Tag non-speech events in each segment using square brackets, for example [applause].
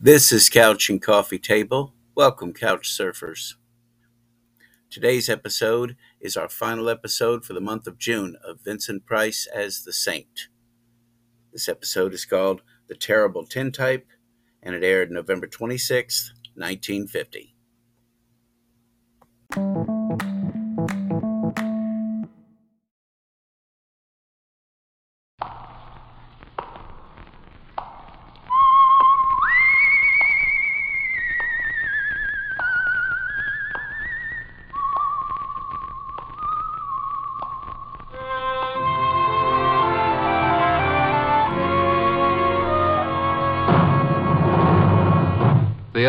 This is Couch and Coffee Table. Welcome, Couch Surfers. Today's episode is our final episode for the month of June of Vincent Price as the Saint. This episode is called The Terrible Tintype and it aired November 26th, 1950. The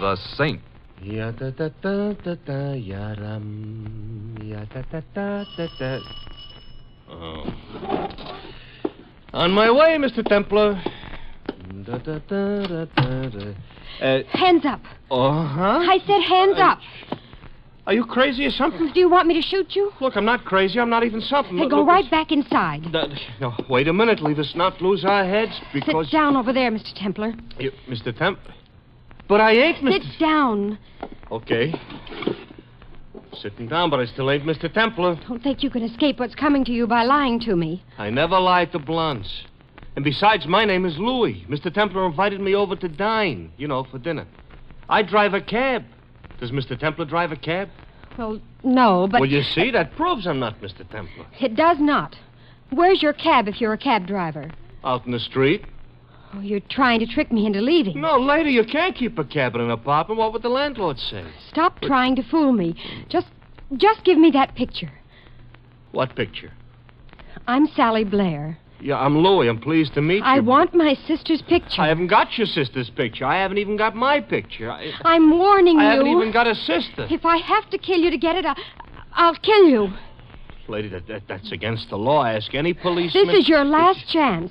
the Saint. Ya da da da da da ya ram ya da da da da da. Oh. On my way, Mr. Templar. Da da da da da da. Uh, Hands up. oh, huh? I said hands up. Are you crazy or something? Do you want me to shoot you? Look, I'm not crazy. I'm not even something. Hey, Look- go look, right back inside. it's- Da- No, wait a minute. Leave us not lose our heads Sit [laughs] because. down over there, Mr. Templar. You, Mr. Temp. But I ain't Mr. Sit down. Okay. Sitting down, but I still ain't Mr. Templar. Don't think you can escape what's coming to you by lying to me. I never lied to blondes. And besides, my name is Louis. Mr. Templar invited me over to dine, you know, for dinner. I drive a cab. Does Mr. Templar drive a cab? Well, no, but well, you see, that proves I'm not Mr. Templar. it does not. Where's your cab if you're a cab driver? Out in the street? Oh, you're trying to trick me into leaving. No, lady, you can't keep a cab in an apartment. What would the landlord say? Stop trying to fool me. Just just give me that picture. What picture? I'm Sally Blair. Yeah, I'm Louis. I'm pleased to meet I you. want my sister's picture. I haven't got your sister's picture. I haven't even got my picture. I, am warning I you. haven't even got a sister. If I have to kill you to get it, I, I'll kill you. Lady, that, that, that's against the law. Ask any policeman. This is your last chance.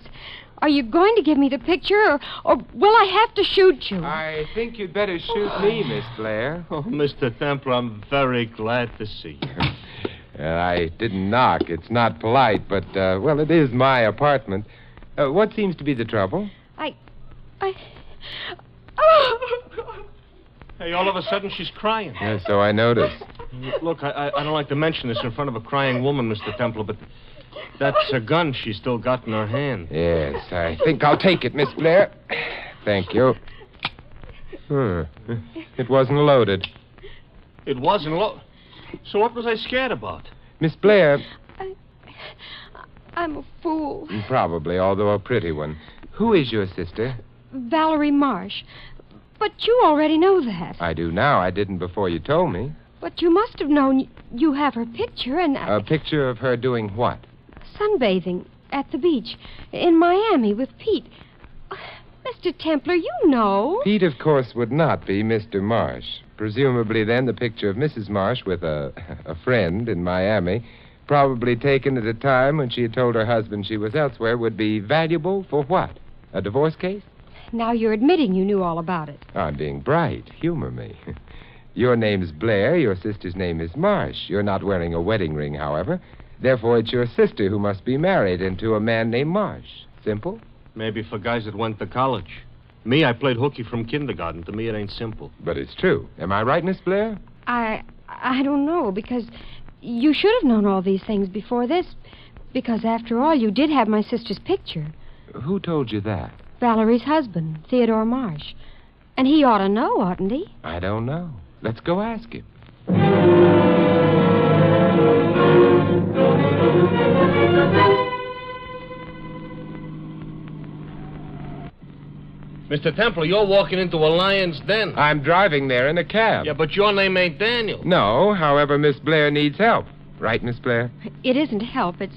Are you going to give me the picture, or, or will I have to shoot you? I think you'd better shoot me, Miss Blair. Oh, Mr. Temple, I'm very glad to see you. Uh, I didn't knock. It's not polite, but, uh, well, it is my apartment. Uh, what seems to be the trouble? I, I, oh, Hey, all of a sudden she's crying. Uh, so I noticed. Look, I, I, I don't like to mention this in front of a crying woman, Mr. Temple, but that's a gun she's still got in her hand. Yes, I think I'll take it, Miss Blair. Thank you. Hmm. It wasn't loaded. It wasn't lo. So what was I scared about? Miss Blair, I'm a fool. probably, although a pretty one. Who is your sister? Valerie Marsh. But you already know that. I do now. I didn't before you told me. But you must have known y- you have her picture and uh, A picture of her doing what? sunbathing at the beach in Miami with Pete. Mr. Templar, you know. Pete, of course, would not be Mr. Marsh. Presumably, then, the picture of Mrs. Marsh with a, [laughs] a friend in Miami, probably taken at a time when she had told her husband she was elsewhere, would be valuable for what? A divorce case? Now you're admitting you knew all about it. I'm Ah, being bright. Humor me. [laughs] Your name's Blair. Your sister's name is Marsh. You're not wearing a wedding ring, however. Therefore, it's your sister who must be married into a man named Marsh. Simple? Maybe for guys that went to college. Me, I played hooky from kindergarten. To me, it ain't simple. But it's true. Am I right, Miss Blair? I I don't know because you should have known all these things before this because after all you did have my sister's picture, Who told you that? Valerie's husband, Theodore Marsh. And he ought to know, oughtn't he? I don't know. Let's go ask him. Mr. Temple, you're walking into a lion's den. I'm driving there in a cab. Yeah, but your name ain't Daniel. No, however, Miss Blair needs help. Right, Miss Blair? It isn't help, it's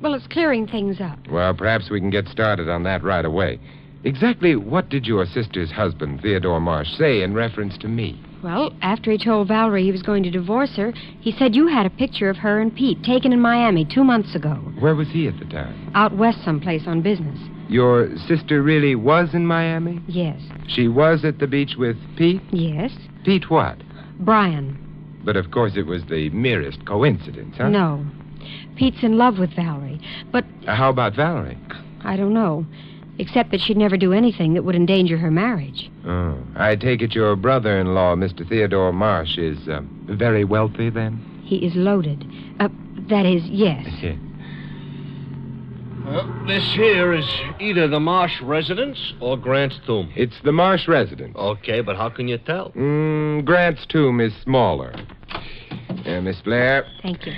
well, it's clearing things up. Well, perhaps we can get started on that right away. Exactly what did your sister's husband, Theodore Marsh, say in reference to me? Well, after he told Valerie he was going to divorce her, he said you had a picture of her and Pete taken in Miami two months ago, Where was he at the time? out west someplace on business. Your sister really was in Miami? Yes, She was at the beach with Pete? yes. Pete what? Brian. But of course it was the merest coincidence, huh? No. Pete's in love with Valerie, but Uh, How about Valerie? I don't know. Except that she'd never do anything that would endanger her marriage. Oh, I take it your brother in law, Mr. Theodore Marsh, is uh, very wealthy then? [laughs] He is loaded. Uh, that is, yes. Well, this here is either the Marsh residence or Grant's tomb. it's the Marsh residence. Okay, but how can you tell? Mm, Grant's tomb is smaller. Uh, Miss Blair, Thank you.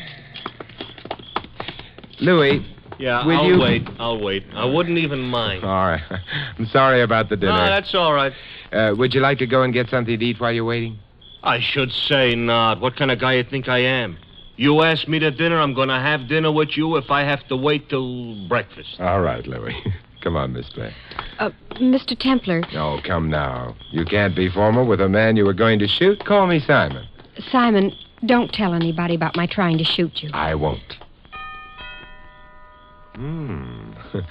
Louis. Yeah, Will I'll you- wait. I'll wait. I wouldn't even mind. All right. [laughs] I'm sorry about the dinner. no, that's all right. Uh, would you like to go and get something to eat while you're waiting? I should say not. What kind of guy you think I am? You ask me to dinner, I'm going to have dinner with you if I have to wait till breakfast. All right, Louis. [laughs] come on, Miss Blair. Uh, Mr. Templar, Oh, come now. You can't be formal with a man you were going to shoot. Call me Simon. Simon, don't tell anybody about my trying to shoot you. I won't. Hmm. [laughs]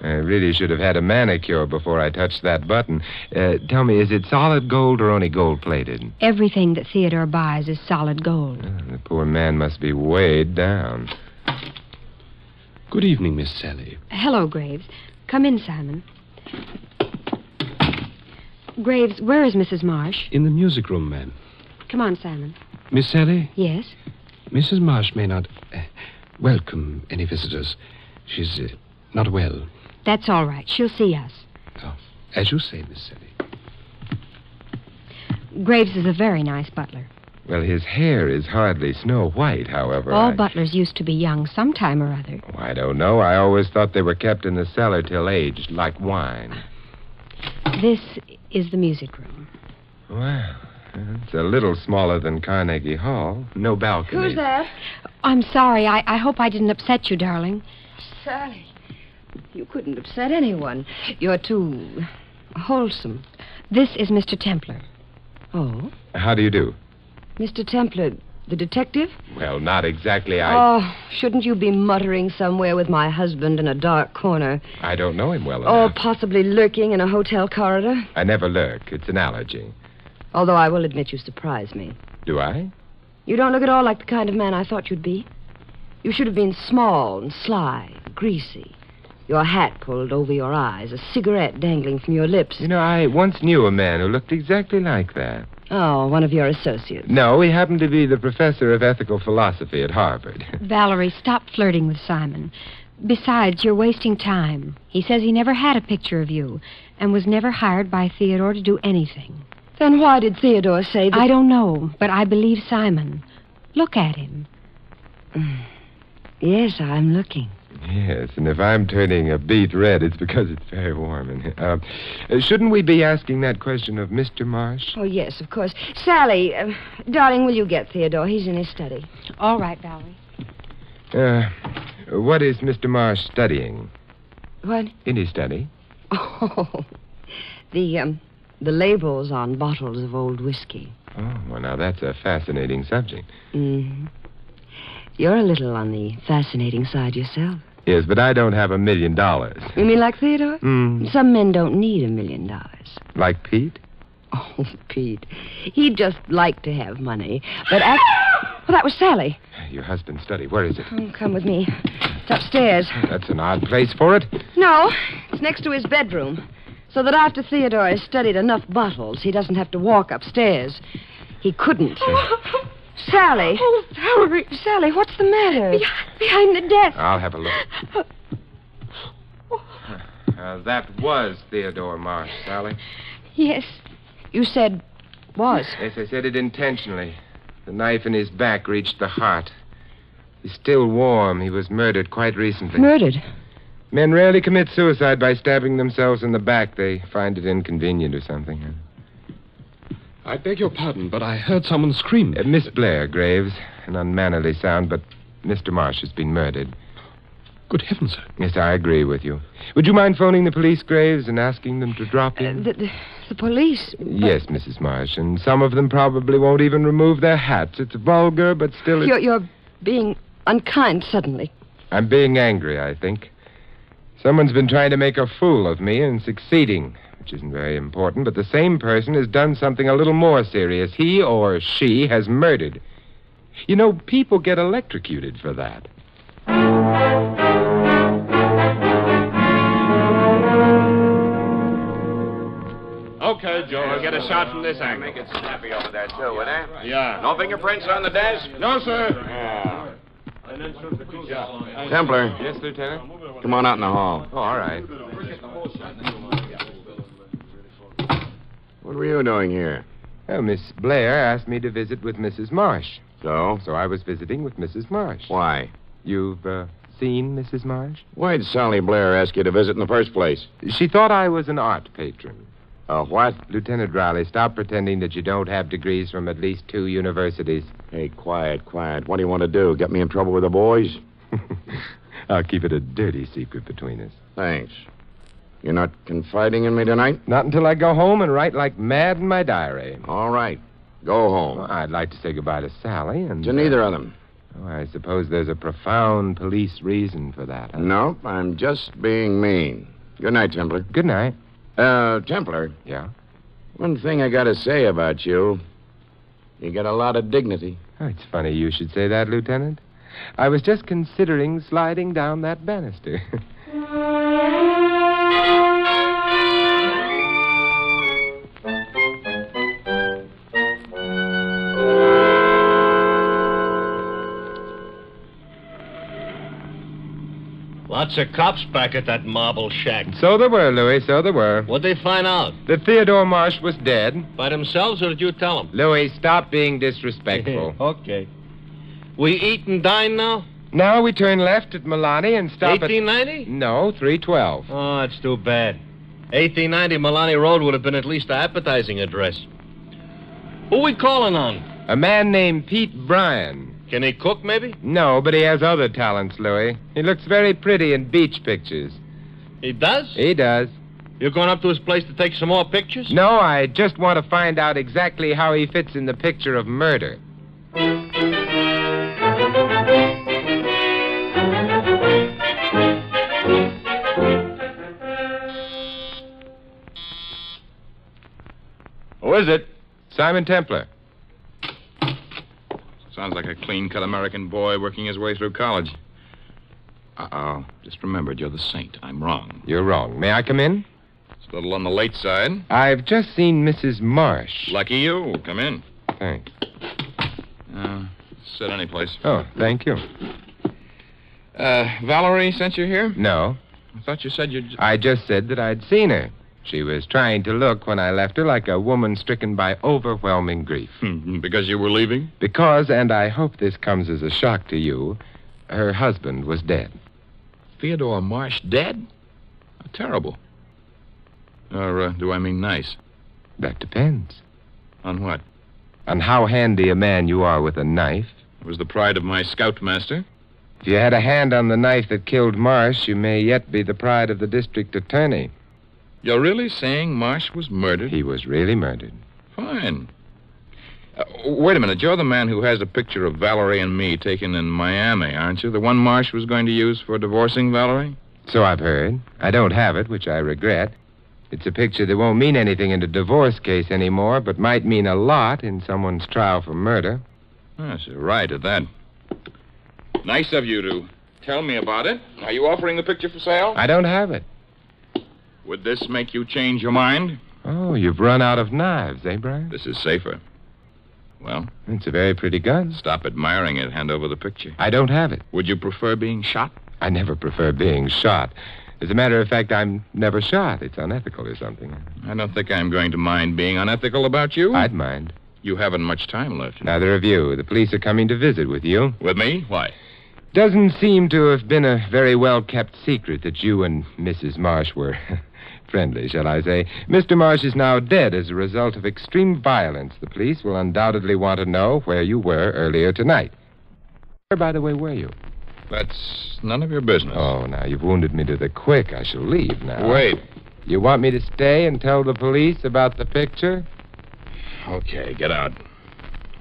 I really should have had a manicure before I touched that button. Uh, tell me, is it solid gold or only gold plated? Everything that Theodore buys is solid gold. The poor man must be weighed down. Good evening, Miss Sally. Hello, Graves. Come in, Simon. Graves, where is Mrs. Marsh? In the music room, ma'am. Come on, Simon. Miss Sally, Yes? Mrs. Marsh may not uh, welcome any visitors. She's uh, not well. That's all right. She'll see us. As you say, Miss Sally. Graves is a very nice butler. Well, his hair is hardly snow white, however. All Oh, I- butlers used to be young sometime or other. Oh, I don't know. I always thought they were kept in the cellar till aged, like wine. This is the music room. Well, it's a little smaller than Carnegie Hall. No balcony. Who's that? I'm sorry. I, I hope I didn't upset you, darling. Sally. You couldn't upset anyone. You're too wholesome. This is Mr. Templar. Oh? How do you do? Mr. Templar, the detective? Well, not exactly. I Oh, shouldn't you be muttering somewhere with my husband in a dark corner? I don't know him well Or enough. possibly lurking in a hotel corridor? I never lurk. It's an allergy. Although I will admit you surprise me. Do I? You don't look at all like the kind of man I thought you'd be. You should have been small and sly, greasy. Your hat pulled over your eyes, a cigarette dangling from your lips. You know, I once knew a man who looked exactly like that. Oh, one of your associates. No, he happened to be the professor of ethical philosophy at Harvard. Valerie, stop flirting with Simon. Besides, you're wasting time. He says he never had a picture of you and was never hired by Theodore to do anything. Then why did Theodore say that? I don't know, but I believe Simon. Look at him. Yes, I'm looking. yes, and if I'm turning a beet red, it's because it's very warm in here. Uh, uh, shouldn't we be asking that question of Mr. Marsh? Oh, yes, of course. Sally, uh, darling, will you get Theodore? He's in his study. All right, Valerie. Uh, what is Mr. Marsh studying? What? In his study? [laughs] Oh, the um, the labels on bottles of old whiskey. Oh, well, now that's a fascinating subject. hmm You're a little on the fascinating side yourself. Yes, but I don't have a million dollars. You mean like Theodore? Mm, Some men don't need a million dollars. like Pete? [laughs] Oh, Pete, he'd just like to have money, [laughs] but act. Well, that was Sally. Your husband's study. Where is it? Oh, come with me. It's upstairs. That's an odd place for it. No, it's next to his bedroom. So that after Theodore has studied enough bottles, he doesn't have to walk upstairs. He couldn't. Sally. Oh, Valerie. Sally, what's the matter? Behind the desk. I'll have a look. Uh, that was Theodore Marsh, Sally. Yes. You said was. Yes, I said it intentionally. The knife in his back reached the heart. He's still warm. He was murdered quite recently. Murdered. Men rarely commit suicide by stabbing themselves in the back. They find it inconvenient or something. I beg your pardon, but I heard someone scream. Uh, Miss Blair, Graves. An unmannerly sound, but Mr. Marsh has been murdered. Good heavens, sir. Yes, I agree with you. Would you mind phoning the police, Graves, and asking them to drop Uh, Um, in? the, the, the police. Yes, Mrs. Marsh, and some of them probably won't even remove their hats. It's vulgar, but still. It... You're, you're being unkind suddenly. I'm being angry, I think. Someone's been trying to make a fool of me and succeeding, which isn't very important, but the same person has done something a little more serious. He or she has murdered. You know, people get electrocuted for that. Okay, George. Get a shot from this angle. Make it snappy over there, too, would eh? Yeah. No fingerprints on the desk? No, sir. Yeah. Templar. Yes, Lieutenant? Come on out in the hall. Oh, all right. What were you doing here? Well, Miss Blair asked me to visit with Mrs. Marsh, So? so I was visiting with Mrs. Marsh. Why? You've uh, seen Mrs. Marsh? Why'd Sally Blair ask you to visit in the first place? She thought I was an art patron. Uh, what? Lieutenant Riley, stop pretending that you don't have degrees from at least two universities. Hey, quiet, quiet. What do you want to do? Get me in trouble with the boys? I'll keep it a dirty secret between us. Thanks. You're not confiding in me tonight? Not until I go home and write like mad in my diary. All right. Go Well, home. I'd like to say goodbye to Sally and. To neither of them. Oh, I suppose there's a profound police reason for that. huh? Nope, I'm just being mean. Good night, Templar. Good night. Uh, Templar, Yeah. one thing I gotta say about you. You got a lot of dignity. Oh, it's funny you should say that, Lieutenant. I was just considering sliding down that banister. [laughs] Lots of cops back at that marble shack. so there were, Louis, so there were. What'd they find out? That Theodore Marsh was dead. By themselves, or did you [laughs] tell them? Louis, stop being [laughs] disrespectful. [laughs] okay. We eat and dine now? now we turn left at Milani and stop at. 1890? No, 312. Oh, that's too bad. 1890 Milani Road would have been at least an appetizing address. Who we calling on? A man named Pete Bryan. Can he cook, maybe? No, but he has other talents, Louis. He looks very pretty in beach pictures. He does? He does. You're going up to his place to take some more pictures? No, I just want to find out exactly how he fits in the picture of murder. Who is it? Simon Templar. Sounds like a clean cut American boy working his way through college. Uh oh. Just remembered you're the saint. I'm wrong. You're wrong. May I come in? It's a little on the late side. I've just seen Mrs. Marsh. Lucky you. Come in. Thanks. Uh, sit any place. Oh, thank you. Uh, Valerie sent you here? No, I thought you said you'd. I just said that I'd seen her. She was trying to look when I left her like a woman stricken by overwhelming grief. Hmm, because you were leaving? Because, and I hope this comes as a shock to you, her husband was dead. Theodore Marsh dead? How terrible. Or uh, do I mean nice? That depends. On what? On how handy a man you are with a knife. It was the pride of my scoutmaster. If you had a hand on the knife that killed Marsh, you may yet be the pride of the district attorney. You're really saying Marsh was murdered? He was really murdered. Fine. Uh, wait a minute. You're the man who has a picture of Valerie and me taken in Miami, aren't you? The one Marsh was going to use for divorcing Valerie? So I've heard. I don't have it, which I regret. It's a picture that won't mean anything in a divorce case anymore, but might mean a lot in someone's trial for murder. Yes, you're Ah, right at that. Nice of you to tell me about it. Are you offering the picture for sale? I don't have it. Would this make you change your mind? Oh, you've run out of knives, eh, Brian? This is safer. Well, It's a very pretty gun. stop admiring it. Hand over the picture. I don't have it. Would you prefer being shot? I never prefer being shot. As a matter of fact, I'm never shot. It's unethical or something. I don't think I'm going to mind being unethical about you. I'd mind. You haven't much time left. Neither of you. The police are coming to visit with you. With me? Why? Doesn't seem to have been a very well kept secret that you and Mrs. Marsh were [laughs] friendly, shall I say. Mr. Marsh is now dead as a result of extreme violence. The police will undoubtedly want to know where you were earlier tonight. Where, by the way, were you? That's none of your business. Oh, now you've wounded me to the quick. I shall leave Uh, now. Wait. You want me to stay and tell the police about the picture? Okay, get out.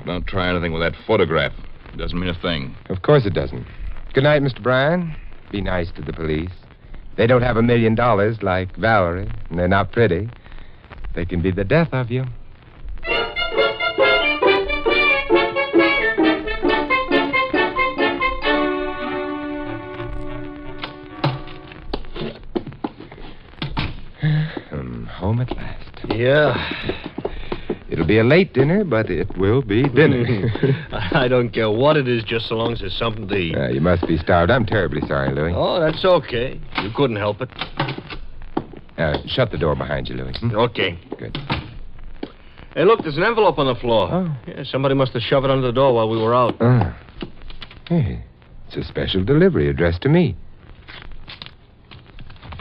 Don't try anything with that photograph. It doesn't mean a thing. Of course it doesn't. Good night, Mr. Bryan. Be nice to the police. They don't have a million dollars like Valerie, and they're not pretty. They can be the death of you. I'm home at last. Yeah. It'll be a late dinner, but it will be [laughs] dinner. I don't care what it is, just so long as there's something to eat. Uh, you must be starved. I'm terribly sorry, Louis. Oh, that's okay. You couldn't help it. Uh, shut the door behind you, Louis. Hmm? Okay. Good. Hey, look, there's an envelope on the floor. Oh. Yeah, somebody must have shoved it under the door while we were out. Ah. Hey, it's a special delivery addressed to me.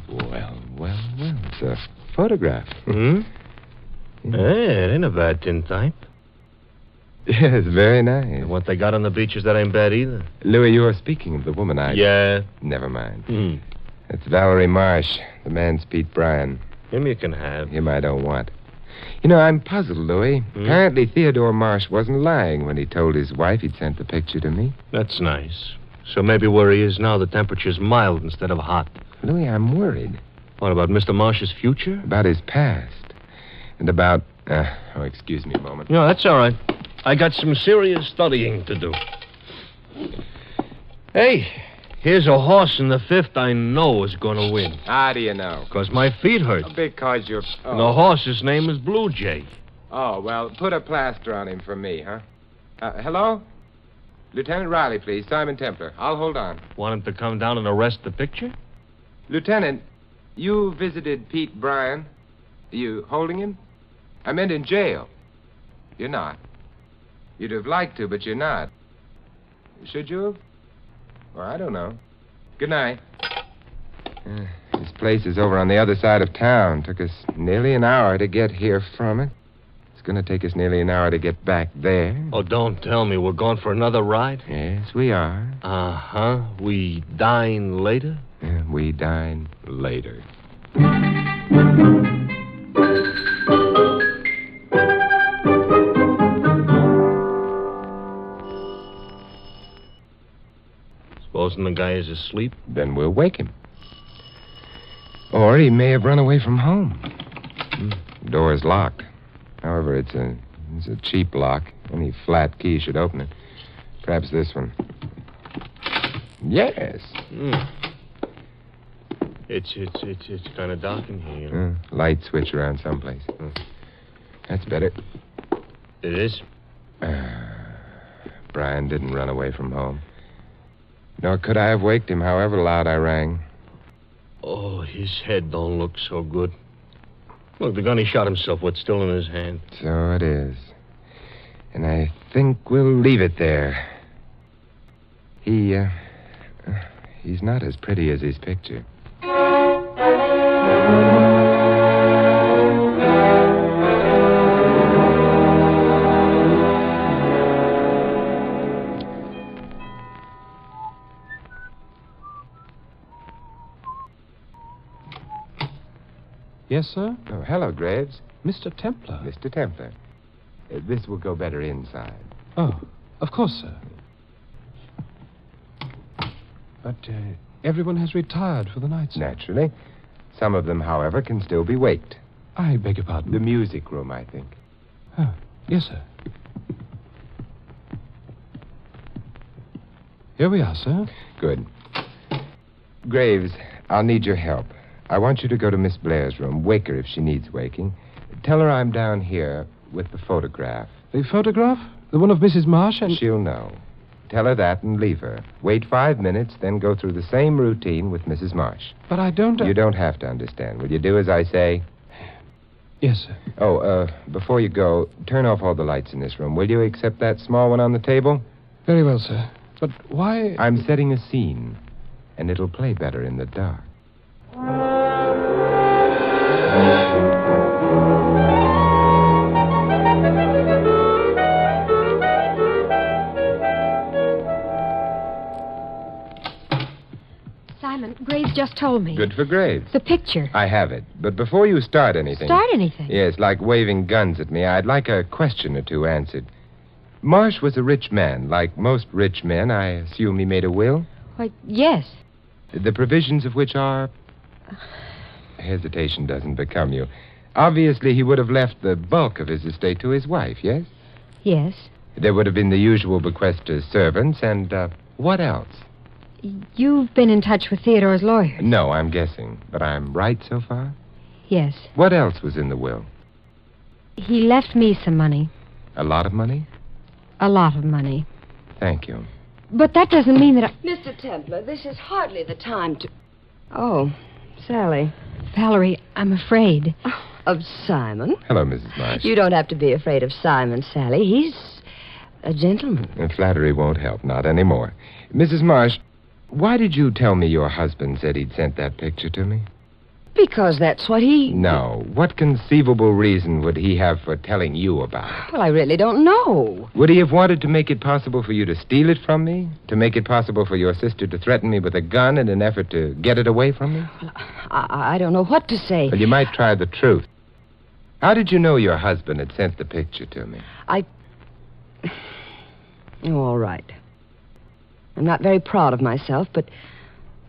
Well, well, well. It's a photograph. [laughs] Hmm? Mm-hmm. Hey, it ain't a bad tin type. Yes, very nice. What they got on the beaches, that ain't bad either. Louis, you are speaking of the woman I. Mm-hmm. Yeah. Never mind. Hmm. It's Valerie Marsh. The man's Pete Bryan. Him you can have. Him I don't want. You know, I'm puzzled, Louis. Hmm? Apparently, Theodore Marsh wasn't lying when he told his wife he'd sent the picture to me. That's nice. So maybe where he is now, the temperature's mild instead of hot. Louis, I'm worried What about Mr. Marsh's future? about his past. And about. Uh, oh, excuse me a moment. No, that's all right. I got some serious studying to do. Hey, here's a horse in the fifth I know is going to win. How do you know? Because my feet hurt. Because you're. And the horse's name is Blue Jay. Oh, well, put a plaster on him for me, huh? Uh, hello? Lieutenant Riley, please. Simon Templar. I'll hold on. Want him to come down and arrest the picture? Lieutenant, you visited Pete Bryan. You holding him? I meant in jail. You're not. You'd have liked to, but you're not. Should you have? Well, I don't know. Good night. Uh, This place is over on the other side of town. Took us nearly an hour to get here from it. It's going to take us nearly an hour to get back there. Oh, don't tell me we're going for another ride. Yes, we are. Uh huh. We dine later? And we dine later. Supposing the guy is asleep? Then we'll wake him. Or he may have run away from home. Hmm. Door is locked. However, it's a it's a cheap lock. Any flat key should open it. Perhaps this one. Yes. Hmm. It's it's it's it's kind of dark in here. you know. Uh, light switch around someplace. Hmm. That's better. It is. Brian didn't run away from home. Nor could I have waked him, however loud I rang. Oh, his head don't look so good. Look, the gun he shot himself with still in his hand. So it is. And I think we'll leave it there. He, uh, he's not as pretty as his picture. Yes, sir? Oh, hello, Graves. Mr. Templar. Mr. Templar. Uh, this will go better inside. Oh, of course, sir. But uh, everyone has retired for the night, sir. Naturally. Some of them, however, can still be waked. I beg your pardon. The music room, I think. Oh, yes, sir. Here we are, sir. Good. Graves, I'll need your help. I want you to go to Miss Blair's room. Wake her if she needs waking. Tell her I'm down here with the photograph. The photograph? The one of Mrs. Marsh and. She'll know. Tell her that and leave her. Wait five minutes, then go through the same routine with Mrs. Marsh. But I don't. You don't have to understand. Will you do as I say? Yes, sir. Oh, uh, before you go, turn off all the lights in this room, will you, except that small one on the table? Very well, sir. But why. I'm setting a scene, and it'll play better in the dark. just told me. Good for grades. The picture. I have it. But before you start anything. Start anything. Yes, like waving guns at me, I'd like a question or two answered. Marsh was a rich man. Like most rich men, I assume he made a will, Why, yes. the provisions of which are. Hesitation doesn't become you. Obviously, he would have left the bulk of his estate to his wife, yes? Yes. There would have been the usual bequest to servants, and uh, what else? You've been in touch with Theodore's lawyer. No, I'm guessing, but I'm right so far. Yes. What else was in the will? He left me some money. A lot of money? A lot of money. Thank you. But that doesn't mean that I... Mr. Templar, this is hardly the time to. Oh, Sally. Valerie, I'm afraid. Of Simon? Hello, Mrs. Marsh. You don't have to be afraid of Simon, Sally. He's a gentleman. And flattery won't help, not anymore. Mrs. Marsh, why did you tell me your husband said he'd sent that picture to me? Because that's what he. No. What conceivable reason would he have for telling you about Well, I really don't know. it? Would he have wanted to make it possible for you to steal it from me? To make it possible for your sister to threaten me with a gun in an effort to get it away from me? I, I don't know what to say. Well, you might try the truth. How did you know your husband had sent the picture to me? Oh, all right. I'm not very proud of myself, but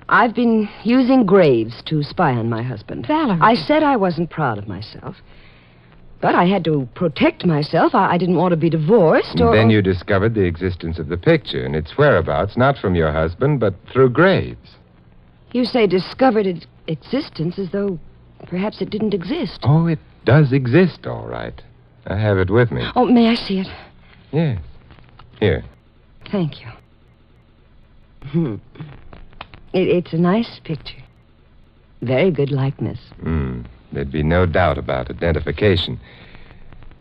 I've been using graves to spy on my husband. Valerie. I said I wasn't proud of myself. But I had to protect myself. I, I didn't want to be divorced or. Then you discovered the existence of the picture and its whereabouts, not from your husband, but through Graves. You say discovered its existence as though perhaps it didn't exist. Oh, it does exist, all right. I have it with me. Oh, may I see it? Yes. Here. Thank you. Hmm. It, it's a nice picture. Very good likeness. Hmm. There'd be no doubt about identification.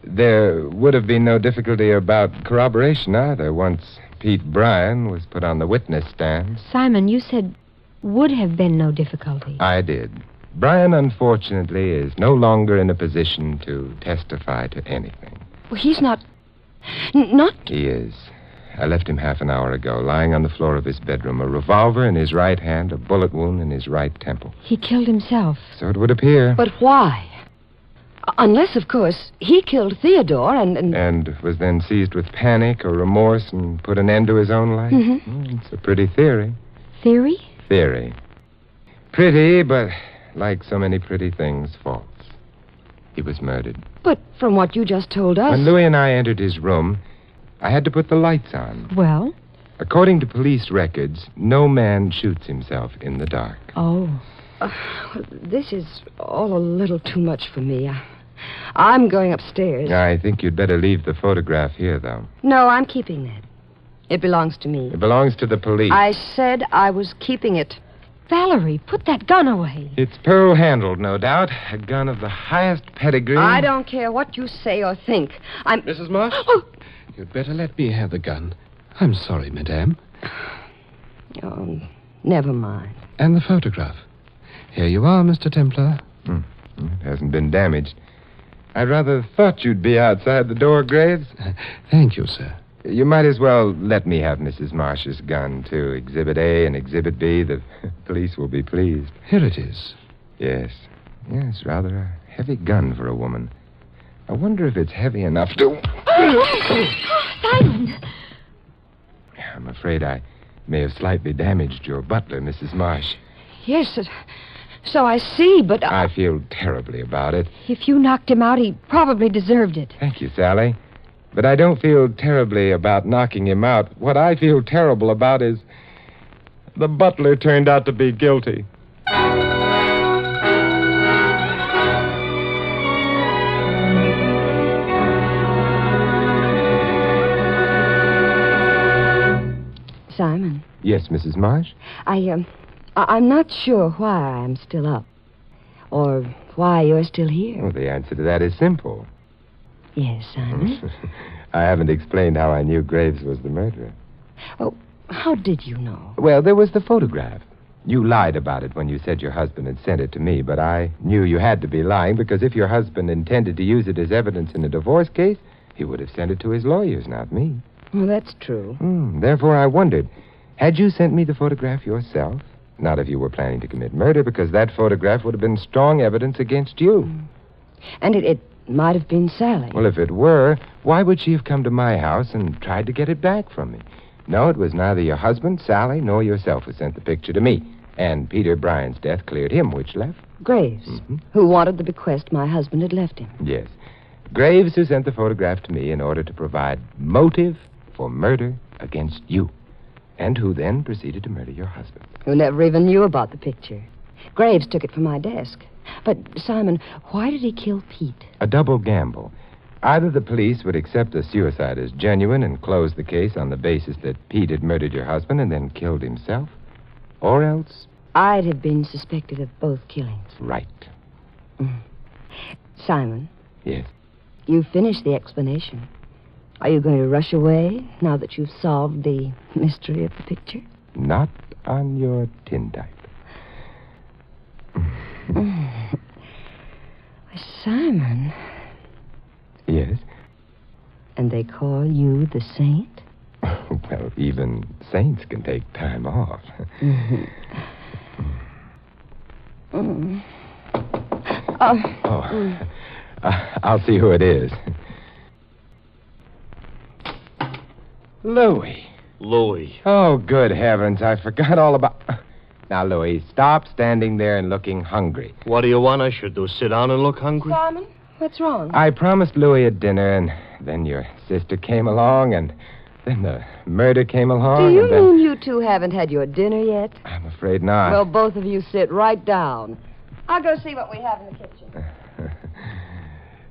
There would have been no difficulty about corroboration either once Pete Bryan was put on the witness stand. Simon, you said would have been no difficulty. I did. Bryan, unfortunately, is no longer in a position to testify to anything. Well, he's not. N- not. He is. I left him half an hour ago, lying on the floor of his bedroom, a revolver in his right hand, a bullet wound in his right temple. He killed himself. So it would appear. But why? U- Unless, of course, he killed Theodore and. and... And was then seized with panic or remorse and put an end to his own life? Mhm. Mm, it's a pretty theory. Theory? Theory. Pretty, but like so many pretty things, false. He was murdered. But from what you just told us. When Louis and I entered his room, I had to put the lights on. Well, According to police records, no man shoots himself in the dark. oh. Uh, this is all a little too much for me. I, I'm going upstairs. I think you'd better leave the photograph here, though. No, I'm keeping that. It belongs to me. It belongs to the police. I said I was keeping it. Valerie, put that gun away. It's pearl handled, no doubt. A gun of the highest pedigree. I don't care what you say or think. I'm. Mrs. Marsh? Oh, You'd better let me have the gun. I'm sorry, madame. oh, never mind. And the photograph. Here you are, Mr. Templar. Hmm. It hasn't been damaged. I rather thought you'd be outside the door, Graves. [laughs] Thank you, sir. You might as well let me have Mrs. Marsh's gun, too. Exhibit A and Exhibit B. The [laughs] police will be pleased. Here it is. Yes. Yes, rather a heavy gun for a woman. I wonder if it's heavy enough to. Simon! I'm afraid I may have slightly damaged your butler, Mrs. Marsh. Yes, it- so I see, but I... I feel terribly about it. If you knocked him out, he probably deserved it. Thank you, Sally. But I don't feel terribly about knocking him out. What I feel terrible about is the butler turned out to be guilty. Simon, Yes, Mrs. Marsh? I um, I- I'm not sure why I'm still up, or why you're still here. Well, the answer to that is simple. [laughs] Yes, Simon. I haven't explained how I knew Graves was the murderer. How did you know? Well, there was the photograph. You lied about it when you said your husband had sent it to me, but I knew you had to be lying because if your husband intended to use it as evidence in a divorce case, he would have sent it to his lawyers, not me. Well, that's true. Hmm, therefore, I wondered had you sent me the photograph yourself? Not if you were planning to commit murder, because that photograph would have been strong evidence against you. And it, it might have been Sally. Well, if it were, why would she have come to my house and tried to get it back from me? No, it was neither your husband, Sally, nor yourself who sent the picture to me. And Peter Bryan's death cleared him, which left. Graves, who wanted the bequest my husband had left him. Yes. Graves, who sent the photograph to me in order to provide motive for murder against you, and who then proceeded to murder your husband. who never even knew about the picture. Graves took it from my desk. But, Simon, why did he kill Pete? A double gamble. Either the police would accept the suicide as genuine and close the case on the basis that Pete had murdered your husband and then killed himself, or else, I'd have been suspected of both killings. right. Simon, Yes. you finished the explanation. Are you going to rush away now that you've solved the mystery of the picture? Not on your tintype. Why, Simon. Yes. [laughs] And they call you the saint? well, even saints can take time off. [laughs] Mm. Oh, Oh, [laughs] I- I'll see who it is. Louis. Louis. Oh, good heavens, I forgot all about. [laughs] Now, Louis, stop standing there and looking hungry. What do you want I should do? Sit down and look hungry? Simon, what's wrong? I promised Louis a dinner, and then your sister came along, and then the murder came Do along. you and then... mean you two haven't had your dinner yet? I'm afraid not. well, both of you sit right down. I'll go see what we have in the kitchen.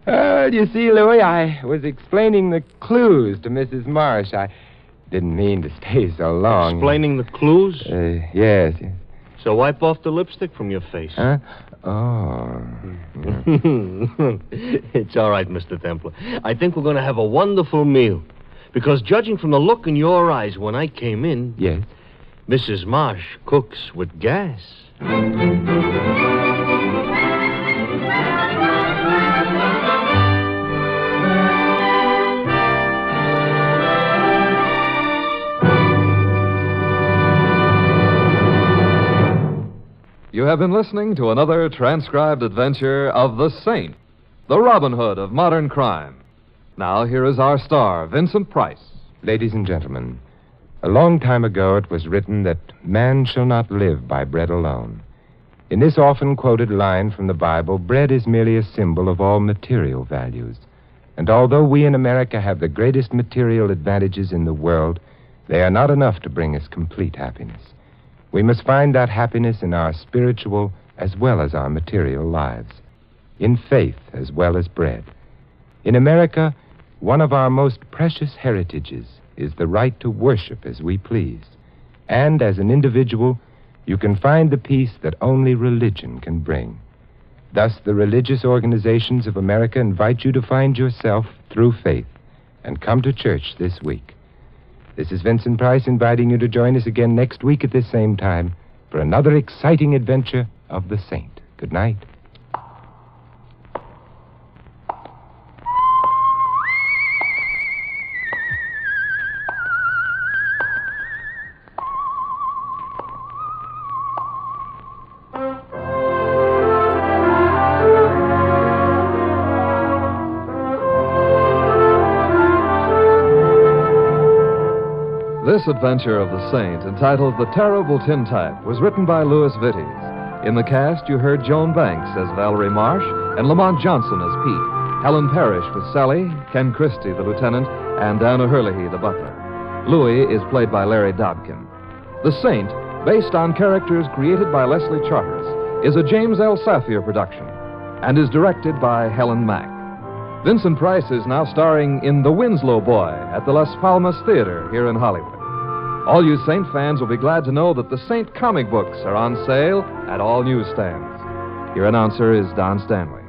Uh, you see, Louis, I was explaining the clues to Mrs. Marsh. I didn't mean to stay so long. Explaining the clues? Uh, yes. yes. So wipe off the lipstick from your face. Uh-huh. Huh? Oh. [laughs] it's all right, Mr. Templar. I think we're going to have a wonderful meal. Because judging from the look in your eyes when I came in, Yes. Mrs. Marsh cooks with gas. You have been listening to another transcribed adventure of The Saint, the Robin Hood of modern crime. Now, here is our star, Vincent Price. Ladies and gentlemen, a long time ago it was written that man shall not live by bread alone. In this often quoted line from the Bible, bread is merely a symbol of all material values. And although we in America have the greatest material advantages in the world, they are not enough to bring us complete happiness. We must find that happiness in our spiritual as well as our material lives, in faith as well as bread. In America, one of our most precious heritages is the right to worship as we please. And as an individual, you can find the peace that only religion can bring. Thus, the religious organizations of America invite you to find yourself through faith and come to church this week. This is Vincent Price inviting you to join us again next week at this same time for another exciting adventure of the saint. Good night. This adventure of the saint, entitled The Terrible Tintype, was written by Louis Vittes. In the cast, you heard Joan Banks as Valerie Marsh and Lamont Johnson as Pete, Helen Parrish was Sally, Ken Christie, the lieutenant, and Dana Herlihy, the butler. Louis is played by Larry Dobkin. The Saint, based on characters created by Leslie Charteris, is a James L. Safier production and is directed by Helen Mack. Vincent Price is now starring in The Winslow Boy at the Las Palmas Theater here in Hollywood. All you Saint fans will be glad to know that the Saint comic books are on sale at all newsstands. Your announcer is Don Stanley.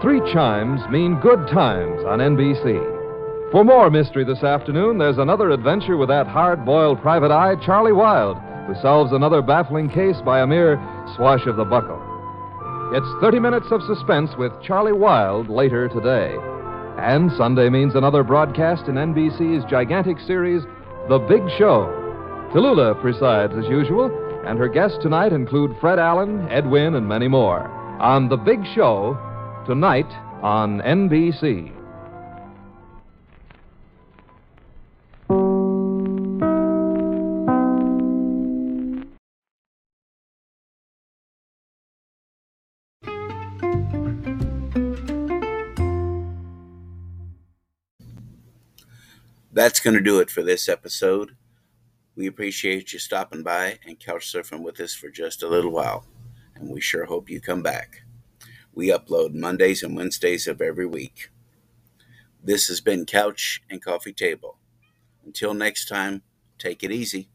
Three chimes mean good times on NBC. For more mystery this afternoon, there's another adventure with that hard boiled private eye, Charlie Wilde, who solves another baffling case by a mere swash of the buckle. It's 30 minutes of suspense with Charlie Wilde later today. And Sunday means another broadcast in NBC's gigantic series, The Big Show. Tallulah presides as usual, And her guests tonight include Fred Allen, Ed Wynn, and many more. On The Big Show, tonight on NBC. That's going to do it for this episode. We appreciate you stopping by and couch surfing with us for just a little while, and we sure hope you come back. We upload Mondays and Wednesdays of every week. This has been Couch and Coffee Table. Until next time, take it easy.